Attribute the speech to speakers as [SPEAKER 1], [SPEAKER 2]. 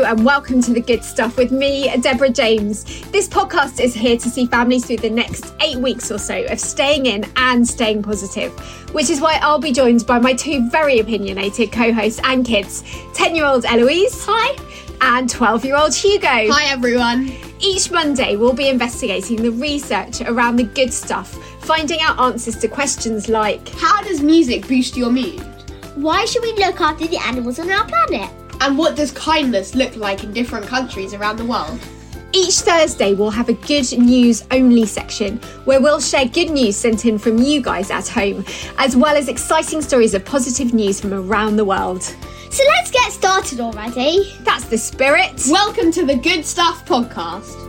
[SPEAKER 1] and welcome to The Good Stuff with me, Deborah James. This podcast is here to see families through the next eight weeks or so of staying in and staying positive, which is why I'll be joined by my two very opinionated co hosts and kids 10 year old Eloise.
[SPEAKER 2] Hi.
[SPEAKER 1] And 12 year old Hugo.
[SPEAKER 2] Hi, everyone.
[SPEAKER 1] Each Monday, we'll be investigating the research around the good stuff, finding out answers to questions like
[SPEAKER 2] How does music boost your mood?
[SPEAKER 3] Why should we look after the animals on our planet?
[SPEAKER 2] And what does kindness look like in different countries around the world?
[SPEAKER 1] Each Thursday, we'll have a good news only section where we'll share good news sent in from you guys at home, as well as exciting stories of positive news from around the world.
[SPEAKER 3] So let's get started already.
[SPEAKER 1] That's the spirit.
[SPEAKER 2] Welcome to the Good Stuff Podcast.